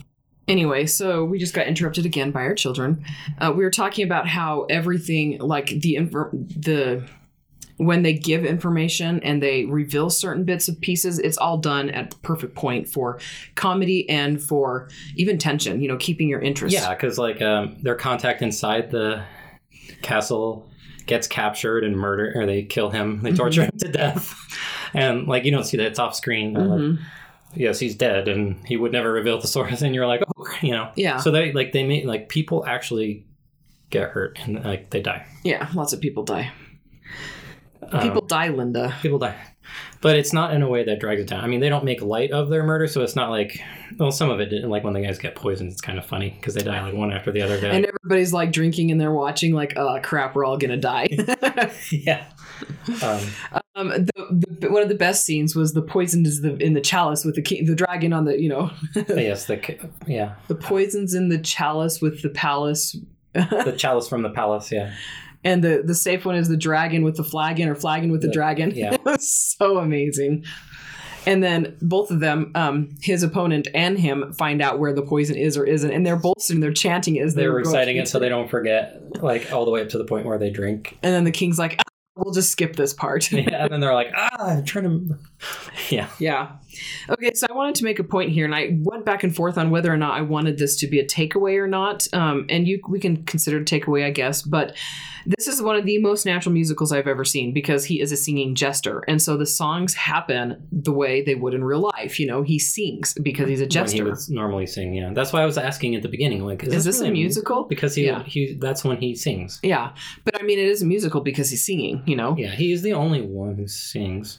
S1: anyway so we just got interrupted again by our children uh, we were talking about how everything like the infor- the when they give information and they reveal certain bits of pieces it's all done at the perfect point for comedy and for even tension you know keeping your interest
S2: Yeah, because like um, their contact inside the castle gets captured and murdered, or they kill him,
S1: Mm-hmm.
S2: they torture him to death, and like you don't see that it's off screen. but, like,
S1: Mhm.
S2: yes, he's dead, and he would never reveal the source, and you're like, oh, you know.
S1: yeah
S2: So they like they made like people actually get hurt and like they die.
S1: yeah lots of people die
S2: Um,
S1: people die linda
S2: people die. But it's not in a way that drags it down. I mean, they don't make light of their murder, so it's not like, well, some of it didn't. Like when the guys get poisoned, it's kind of funny because they die like one after the other. Guy.
S1: and everybody's like drinking and they're watching like uh crap we're all gonna die
S2: yeah. Um,
S1: um the, the one of the best scenes was the poisoned is the in the chalice with the king the dragon on the you know
S2: But yes, the ca- yeah,
S1: the poison's in the chalice with the palace
S2: the chalice from the palace. Yeah,
S1: and the the safe one is the dragon with the flagon or flagon with the
S2: The-
S1: dragon
S2: yeah.
S1: it was so amazing and then both of them um his opponent and him find out where the poison is or isn't and they're both sitting there chanting as they
S2: they're
S1: were going.
S2: reciting it so they don't forget, like all the way up to the point where they drink.
S1: and then the king's like "Ah, we'll just skip this part
S2: Yeah, and then they're like, ah, I'm trying to. Yeah,
S1: Yeah. Okay, so I wanted to make a point here, and I went back and forth on whether or not I wanted this to be a takeaway or not. Um, and you, we can consider it a takeaway, I guess. But this is one of the most natural musicals I've ever seen because he is a singing jester, and so the songs happen the way they would in real life. You know, he sings because he's a
S2: when he
S1: jester.
S2: would normally sing. Yeah, that's why I was asking at the beginning, like, is,
S1: Is this
S2: really
S1: a musical?
S2: Because he
S1: Yeah.
S2: he that's when he sings.
S1: Yeah, but I mean, it is a musical because he's singing. You know.
S2: Yeah, he is the only one who sings.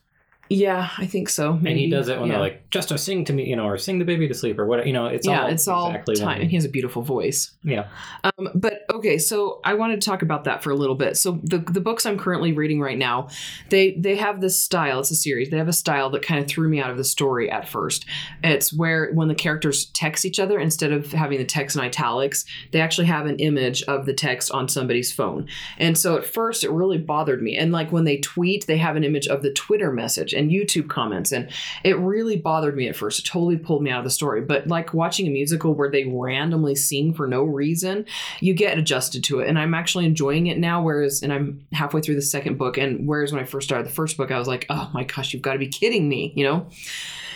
S1: Yeah, I think so.
S2: And
S1: maybe.
S2: he does it when
S1: yeah.
S2: they're like, "Just sing to me," you know, or "Sing the baby to sleep," or whatever. You know, it's
S1: yeah,
S2: all
S1: it's all
S2: exactly when
S1: time.
S2: he-
S1: He has a beautiful voice.
S2: yeah,
S1: Um, but okay, so I want to talk about that for a little bit. So the the books I'm currently reading right now, they they have this style. It's a series. They have a style that kind of threw me out of the story at first. It's where when the characters text each other, instead of having the text in italics, they actually have an image of the text on somebody's phone. And so at first, it really bothered me. And like when they tweet, they have an image of the Twitter message and YouTube comments, and it really bothered me at first. It totally pulled me out of the story. But like watching a musical where they randomly sing for no reason you get adjusted to it. And I'm actually enjoying it now. Whereas, and I'm halfway through the second book. And whereas when I first started the first book, I was like, oh my gosh, you've got to be kidding me, you know?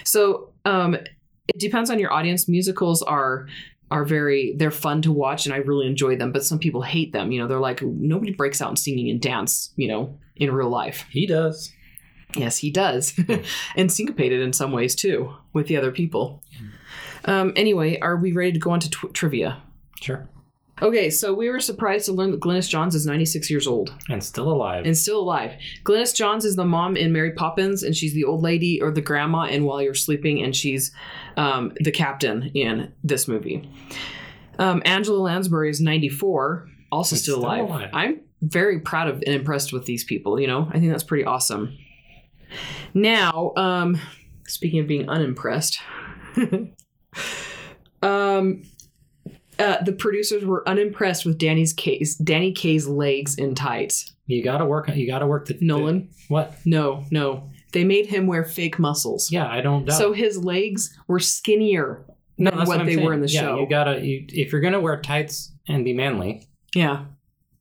S1: So, um, it depends on your audience. Musicals are are very they're fun to watch and I really enjoy them, but some people hate them. You know, they're like nobody breaks out in singing and dance, you know, in real life.
S2: he does.
S1: Yes, he does. and syncopated in some ways too with the other people. Um, anyway, are we ready to go on to tw- trivia?
S2: Sure,
S1: Okay, so we were surprised to learn that Glynis Johns is 96 years old
S2: and still alive.
S1: and still alive. Glynis Johns is the mom in Mary Poppins, and she's the old lady or the grandma in While You're Sleeping, and she's um, the captain in this movie. Um, Angela Lansbury is 94, also
S2: And
S1: still,
S2: still
S1: alive.
S2: alive.
S1: I'm very proud of and impressed with these people, you know? I think that's pretty awesome. Now, um, speaking of being unimpressed, um, uh, the producers were unimpressed with Danny's case, Danny Kaye's legs in tights.
S2: you gotta work. You gotta work the
S1: Nolan,
S2: the- what?
S1: no, no. They made him wear fake muscles.
S2: Yeah, I don't. doubt
S1: So his legs were skinnier
S2: No,
S1: than
S2: that's
S1: what
S2: I'm
S1: they were in the
S2: saying.
S1: show.
S2: Yeah, you gotta. You, if you're gonna wear tights and be manly,
S1: yeah.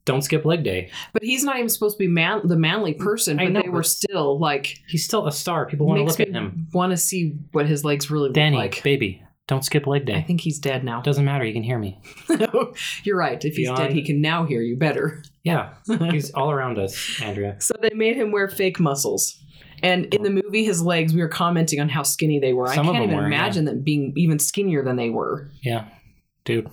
S2: don't skip leg day.
S1: But he's not even supposed to be man the manly person,
S2: I
S1: but
S2: know,
S1: they were
S2: but-
S1: still like
S2: He's still a star. People want to look at him.
S1: want to see what his legs really
S2: Danny,
S1: look like.
S2: baby, don't skip leg
S1: I
S2: day.
S1: think he's dead now.
S2: Doesn't matter. You can hear me.
S1: You're right. If he's dead,
S2: Beyond-
S1: he can now hear you better.
S2: Yeah, he's all around us, Andrea.
S1: So they made him wear fake muscles. And in the movie, his legs, we were commenting on how skinny they were.
S2: Some
S1: I can't
S2: of them
S1: even
S2: were, yeah.
S1: imagine them being even skinnier than they were.
S2: Yeah, dude,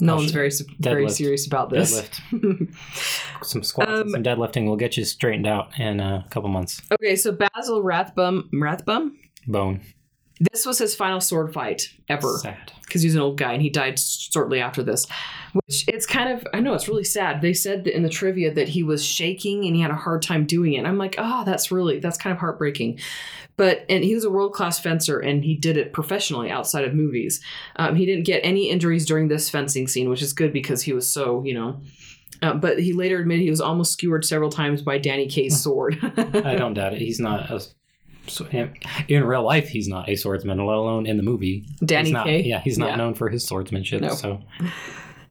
S1: No
S2: Oh,
S1: one's
S2: shit.
S1: very, su- very
S2: Deadlift.
S1: serious about this.
S2: deadlift. some squats, and
S1: Um,
S2: some deadlifting will get you straightened out in a couple months.
S1: Okay, so Basil Rathbum, Rathbum,
S2: Bone.
S1: this was his final sword fight ever
S2: Sad.
S1: because he's an old guy and he died shortly after this. Which it's kind of, I know it's really sad. They said that in the trivia that he was shaking and he had a hard time doing it. I'm like, ah, that's really, that's kind of heartbreaking. But, and he was a world class fencer and he did it professionally outside of movies. Um, he didn't get any injuries during this fencing scene, which is good because he was so, you know. Uh, but he later admitted he was almost skewered several times by Danny
S2: Hmm.
S1: Kaye's sword.
S2: I don't doubt it. He's not a. So in in real life, he's not a swordsman, let alone in the movie.
S1: Danny
S2: he's not,
S1: Kaye?
S2: Yeah, he's not
S1: Yeah.
S2: known for his swordsmanship.
S1: No.
S2: So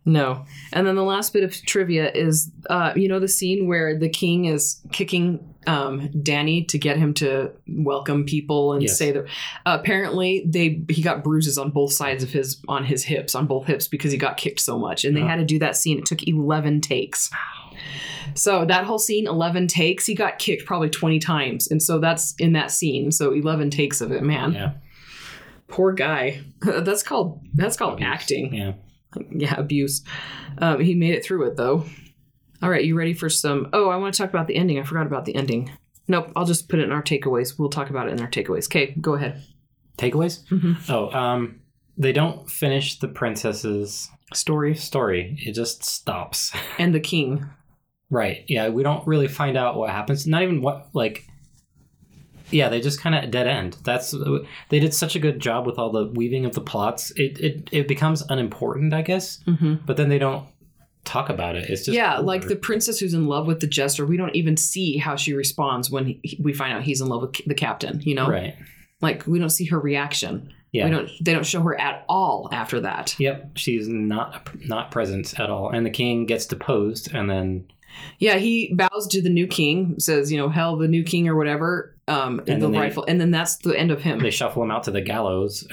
S1: No. And then the last bit of trivia is, uh, you know, the scene where the king is kicking um, Danny to get him to welcome people and
S2: Yes.
S1: say that. apparently, they he got bruises on both sides of his on his hips on both hips because he got kicked so much, and they
S2: Yeah.
S1: had to do that scene. It took eleven takes. So that whole scene, eleven takes. He got kicked probably twenty times, and so that's in that scene. So eleven takes of it, man.
S2: yeah,
S1: Poor guy. that's called that's called acting
S2: yeah.
S1: yeah, abuse. Um, he made it through it though. All right, you ready for some? Oh, I want to talk about the ending. I forgot about the ending. Nope, I'll just put it in our takeaways. We'll talk about it in our takeaways. Okay, go ahead.
S2: Takeaways?
S1: Mhm.
S2: Oh, um, they don't finish the princess's
S1: Story
S2: story. It just stops.
S1: and the king.
S2: Right. Yeah, we don't really find out what happens. Not even what like Yeah, they just kind of dead end. That's they did such a good job with all the weaving of the plots. It it it becomes unimportant, I guess,
S1: Mm-hmm.
S2: but then they don't talk about it. It's just
S1: Yeah,
S2: over.
S1: like the princess who's in love with the jester. We don't even see how she responds when he, we find out he's in love with the captain. You know,
S2: Right.
S1: like we don't see her reaction. We
S2: Yeah.
S1: don't. They don't show her at all after that.
S2: Yep, she's not not present at all. And the king gets deposed and then
S1: Yeah, he bows to the new king, says, you know, hell, the new king or whatever, um,
S2: And
S1: the
S2: then they-
S1: rifle, and then that's the end of him.
S2: they shuffle him out to the gallows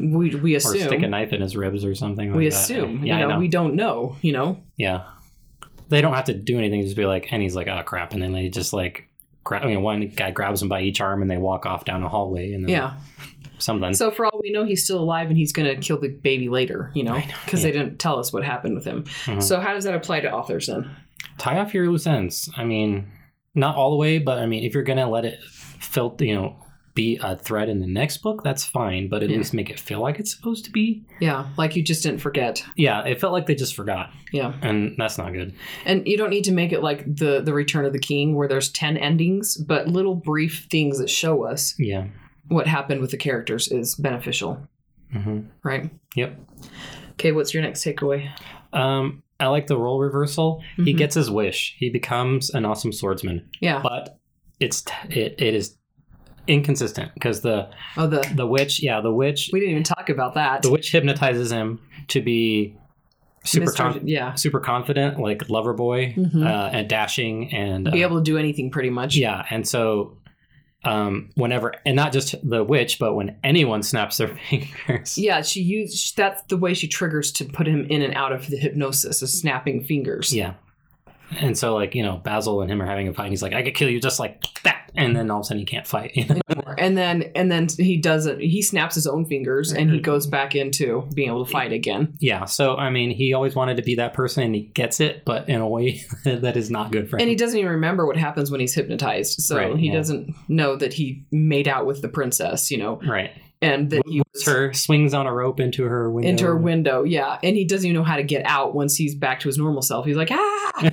S1: We we
S2: or stick a
S1: assume.
S2: knife in his ribs or something like
S1: We
S2: that.
S1: assume.
S2: Yeah,
S1: you know,
S2: I know.
S1: we don't know. You know.
S2: Yeah. They don't have to do anything, just be like, and he's like, oh crap. And then they just like, grab, I mean, one guy grabs him by each arm and they walk off down a hallway and then
S1: Yeah.
S2: something.
S1: So for all we know, he's still alive and he's going to kill the baby later. You know, because they didn't tell us what happened with him.
S2: Mhm.
S1: So how does that apply to authors then?
S2: Tie off your loose ends. I mean, not all the way, but I mean, if you're gonna let it felt, you know, be a thread in the next book, that's fine. But at
S1: Yeah.
S2: least make it feel like it's supposed to be.
S1: Yeah, like you just didn't forget.
S2: Yeah, it felt like they just forgot,
S1: Yeah.
S2: and that's not good.
S1: And you don't need to make it like the the Return of the King where there's 10 endings, but little brief things that show us
S2: Yeah.
S1: what happened with the characters is beneficial,
S2: hmm
S1: right?
S2: Yep.
S1: Okay, what's your next takeaway?
S2: Um, I like the role reversal. He
S1: Mhm.
S2: gets his wish. He becomes an awesome swordsman,
S1: Yeah.
S2: but it's t- it, it is inconsistent because the
S1: Oh, the
S2: the witch, yeah, the witch,
S1: we didn't even talk about that.
S2: the witch hypnotizes him to be super
S1: Mr.
S2: con-
S1: yeah.
S2: super confident, like lover boy,
S1: Mhm.
S2: uh, and dashing, and
S1: Be
S2: uh,
S1: able to do anything pretty much.
S2: Yeah, and so um whenever and not just the witch, but when anyone snaps their fingers.
S1: Yeah, she used that's the way she triggers to put him in and out of the hypnosis is snapping fingers.
S2: Yeah. And so like, you know, Basil and him are having a fight and he's like, I could kill you just like that and then all of a sudden he can't fight. You know?
S1: anymore. And then and then he doesn't he snaps his own fingers and
S2: Mm-hmm.
S1: he goes back into being able to fight again.
S2: yeah. So I mean he always wanted to be that person and he gets it, but in a way that is not good for
S1: And
S2: him.
S1: he doesn't even remember what happens when he's hypnotized. So
S2: Right,
S1: he
S2: yeah.
S1: doesn't know that he made out with the princess, you know,
S2: right.
S1: and that he was
S2: Her swings on a rope into her window.
S1: into her window. Yeah. And he doesn't even know how to get out once he's back to his normal self. He's like, ah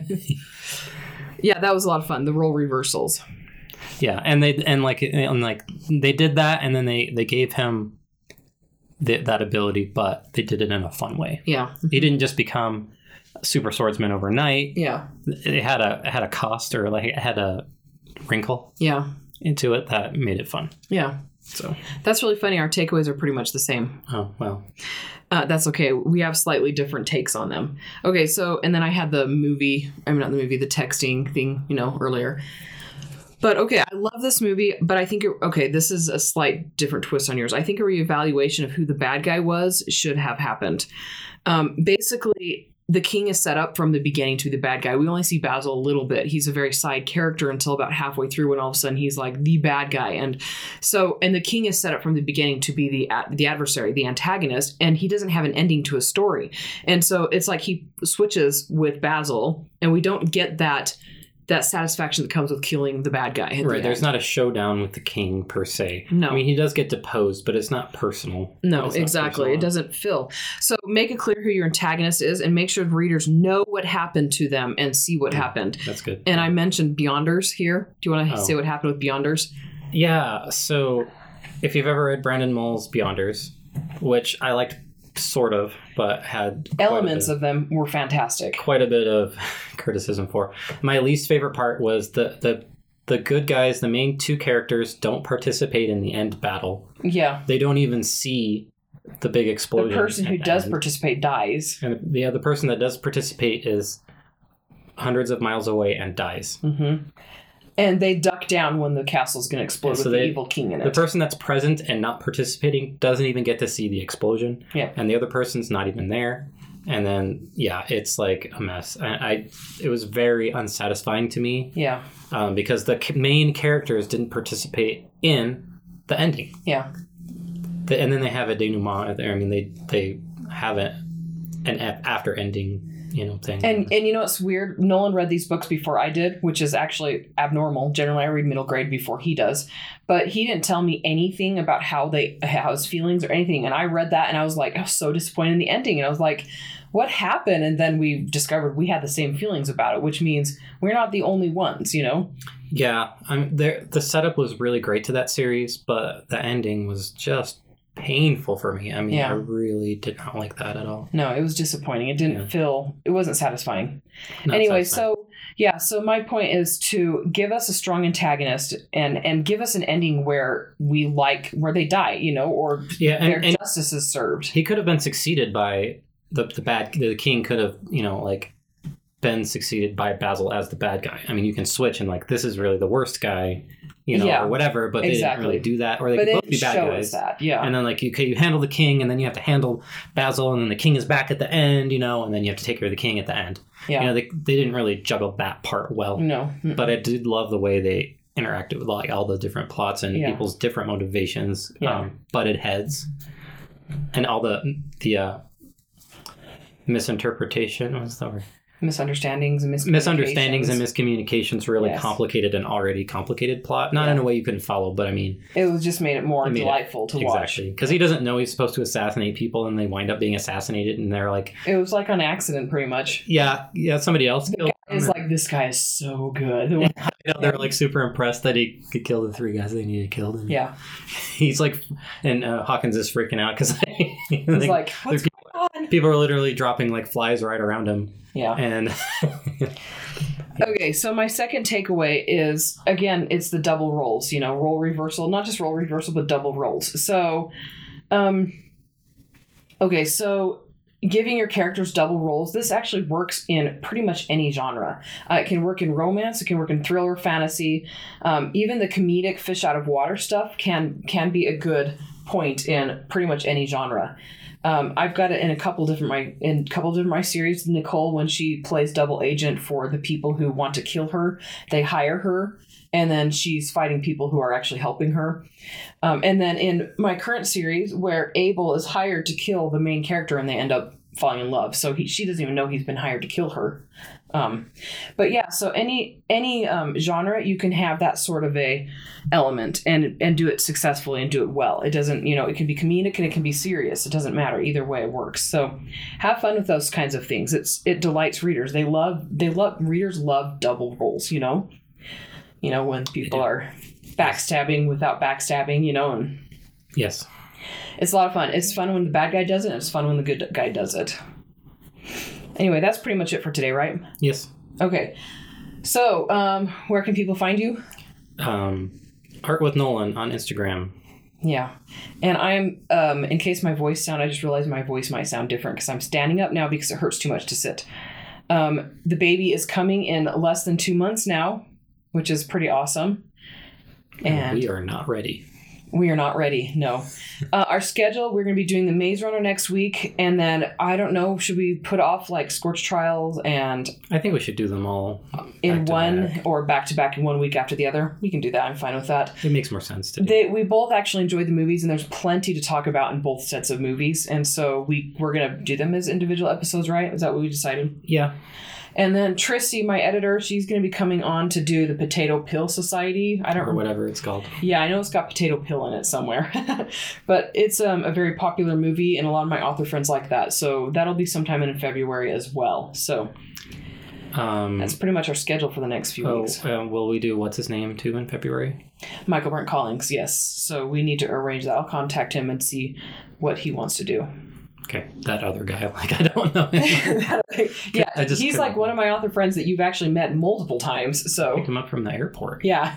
S1: Yeah, that was a lot of fun. The role reversals.
S2: Yeah, and they and like and like they did that, and then they they gave him th- that ability, but they did it in a fun way.
S1: Yeah.
S2: He didn't just become a super swordsman overnight.
S1: Yeah.
S2: It had a it had a cost or like it had a wrinkle
S1: Yeah.
S2: into it that made it fun.
S1: Yeah.
S2: So
S1: That's really funny. Our takeaways are pretty much the same.
S2: oh well,
S1: Uh, that's okay. We have slightly different takes on them. Okay, so and then I had the movie. I mean, not the movie, the texting thing. You know, earlier. But okay, I love this movie. But I think it, okay, this is a slight different twist on yours. I think a reevaluation of who the bad guy was should have happened. Um, basically. The king is set up from the beginning to the bad guy. We only see Basil a little bit. He's a very side character until about halfway through, when all of a sudden he's like the bad guy. And so, and the king is set up from the beginning to be the ad- the adversary, the antagonist, and he doesn't have an ending to his story. And so it's like he switches with Basil, and we don't get that that satisfaction that comes with killing the bad guy. at the
S2: right. There's
S1: end.
S2: not a showdown with the king per se.
S1: No.
S2: I mean he does get deposed, but it's not personal.
S1: No,
S2: It's not
S1: exactly.
S2: personal.
S1: It doesn't fill. So make it clear who your antagonist is, and make sure the readers know what happened to them and see
S2: Hmm.
S1: what happened.
S2: That's good.
S1: And I mentioned Beyonders here. Do you want to
S2: Oh.
S1: say what happened with Beyonders?
S2: Yeah, so if you've ever read Brandon Mole's Beyonders, which I liked sort of, but had quite a
S1: Elements
S2: bit-
S1: of them were fantastic.
S2: quite a bit of criticism for. My least favorite part was the the the good guys, the main two characters, don't participate in the end battle.
S1: Yeah.
S2: They don't even see the big
S1: The
S2: explosion.
S1: person who
S2: at the
S1: does
S2: end.
S1: participate dies.
S2: and the other person that does participate is hundreds of miles away and dies.
S1: hmm And they duck down when the castle's going to explode
S2: So
S1: with the
S2: they-
S1: evil king in
S2: The
S1: it.
S2: person that's present and not participating doesn't even get to see the explosion.
S1: Yeah.
S2: And the other person's not even there. And then, yeah, it's like a mess. I, I it was very unsatisfying to me
S1: yeah,
S2: um, because the c- main characters didn't participate in the ending.
S1: yeah,
S2: The, and then they have a denouement at there. I mean, they they have a, an a- after ending, you know, thing.
S1: and and you know it's weird. Nolan read these books before I did, which is actually abnormal. Generally, I read middle grade before he does, but he didn't tell me anything about how they how his feelings or anything. And I read that, and I was like, I was so disappointed in the ending, and I was like, what happened? And then we discovered we had the same feelings about it, which means we're not the only ones, you know?
S2: yeah, I'm there. The setup was really great to that series, but the ending was just painful for me. I mean,
S1: Yeah.
S2: I really did not like that at all.
S1: No, it was disappointing. It didn't
S2: Yeah.
S1: feel. It wasn't satisfying.
S2: Not
S1: anyway
S2: satisfying.
S1: so yeah so my point is to give us a strong antagonist and and give us an ending where we like where they die you know or
S2: Yeah,
S1: their
S2: and, and
S1: justice is served
S2: he could have been succeeded by the the bad the king could have you know like been succeeded by Basil as the bad guy. I mean, you can switch and like this is really the worst guy, you know,
S1: Yeah,
S2: or whatever. But they
S1: exactly.
S2: didn't really do that, or they
S1: but
S2: could
S1: it
S2: both be
S1: didn't
S2: bad
S1: show
S2: guys.
S1: us that yeah
S2: And then like you, okay, you handle the king, and then you have to handle Basil, and then the king is back at the end, you know, and then you have to take care of the king at the end.
S1: yeah Mm.
S2: You know, they they didn't really juggle that part well.
S1: no
S2: But I did love the way they interacted with like all the different plots and
S1: Yeah.
S2: people's different motivations,
S1: Yeah.
S2: um, butted heads, and all the the uh, misinterpretation. What's the word?
S1: misunderstandings and miscommunications.
S2: misunderstandings and miscommunications really
S1: Yes.
S2: complicated an already complicated plot. Not in
S1: Yeah.
S2: a way you couldn't follow, but I mean,
S1: it was just made it more
S2: I mean,
S1: delightful to
S2: exactly. Because he doesn't know he's supposed to assassinate people and they wind up being assassinated and they're like,
S1: watch. It was like on accident, pretty much.
S2: yeah, yeah, somebody else killed him.
S1: It's like this guy is so good.
S2: You know, they're like super impressed that he could kill the three guys they needed killed. And
S1: Yeah,
S2: He's like, and uh, Hawkins is freaking out because
S1: it's like what's going on?
S2: people are literally dropping like flies right around him.
S1: Yeah.
S2: And
S1: Okay, so my second takeaway is again, it's the double rolls, you know, roll reversal, not just roll reversal, but double rolls. So, um, okay, so giving your characters double rolls, this actually works in pretty much any genre. Uh, it can work in romance, it can work in thriller, fantasy, um, even the comedic fish out of water stuff can can be a good point in pretty much any genre. Um, I've got it in a couple different my in a couple different my series. Nicole, when she plays double agent for the people who want to kill her, they hire her, and then she's fighting people who are actually helping her. Um, and then in my current series, where Abel is hired to kill the main character, and they end up falling in love, so he, she doesn't even know he's been hired to kill her. Um, but yeah, so any any um, genre you can have that sort of a element and and do it successfully and do it well. It doesn't, you know, it can be comedic and it can be serious. It doesn't matter either way it works. So have fun with those kinds of things. It's it delights readers. They love they love readers love double roles, you know. You know, when people
S2: do.
S1: are backstabbing without backstabbing, you know, and
S2: yes,
S1: it's a lot of fun. It's fun when the bad guy does it, and it's fun when the good guy does it. Anyway, that's pretty much it for today, right?
S2: yes.
S1: Okay. So, um, where can people find you?
S2: Um, Art with Nolan on Instagram.
S1: Yeah. And I'm, um, in case my voice sound, I just realized my voice might sound different because I'm standing up now because it hurts too much to sit. Um, the baby is coming in less than two months now, which is pretty awesome. And
S2: we are not ready.
S1: we are not ready. No. Uh, our schedule, we're going to be doing the Maze Runner next week. And then I don't know, should we put off like Scorch Trials and
S2: I think we should do them all.
S1: in
S2: Back to
S1: one
S2: back.
S1: or back to back in one week after the other? We can do that. I'm fine with that.
S2: It makes more sense to do.
S1: They, we both actually enjoyed the movies, and there's plenty to talk about in both sets of movies. And so we we're gonna do them as individual episodes, right? Is that what we decided?
S2: yeah.
S1: And then Trissy, my editor, she's gonna be coming on to do the Potato Pill Society. I don't
S2: Or
S1: remember.
S2: whatever it's called.
S1: Yeah, I know it's got potato pill in it somewhere, but it's um, a very popular movie, and a lot of my author friends like that. So that'll be sometime in February as well. So
S2: Um,
S1: that's pretty much our schedule for the next few
S2: oh,
S1: weeks.
S2: um, will we do what's his name too in February?
S1: Michael Brent Collins, yes. So we need to arrange that. I'll contact him and see what he wants to do.
S2: Okay, that other guy. Like I don't know. him.
S1: yeah,
S2: I just
S1: he's
S2: couldn't-
S1: like one of my author friends that you've actually met multiple times.
S2: Pick
S1: So
S2: him up from the airport.
S1: yeah,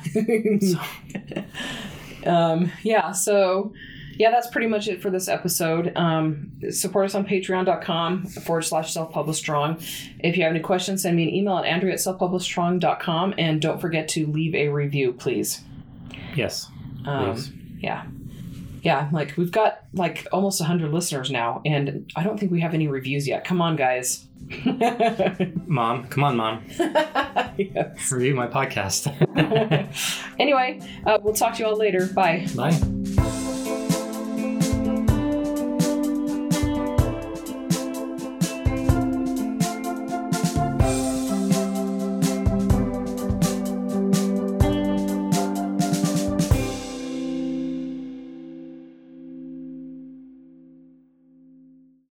S1: um, yeah. So yeah, that's pretty much it for this episode. Um, support us on patreon.com forward slash self published strong. If you have any questions, send me an email at andrea at selfpublishedstrong.com and don't forget to leave a review, please.
S2: Yes.
S1: Um,
S2: Please.
S1: Yeah. Yeah, like we've got like almost 100 listeners now, and I don't think we have any reviews yet. Come on, guys.
S2: Mom, come on, mom.
S1: Yes.
S2: Review my podcast.
S1: anyway, uh, we'll talk to you all later. Bye.
S2: Bye.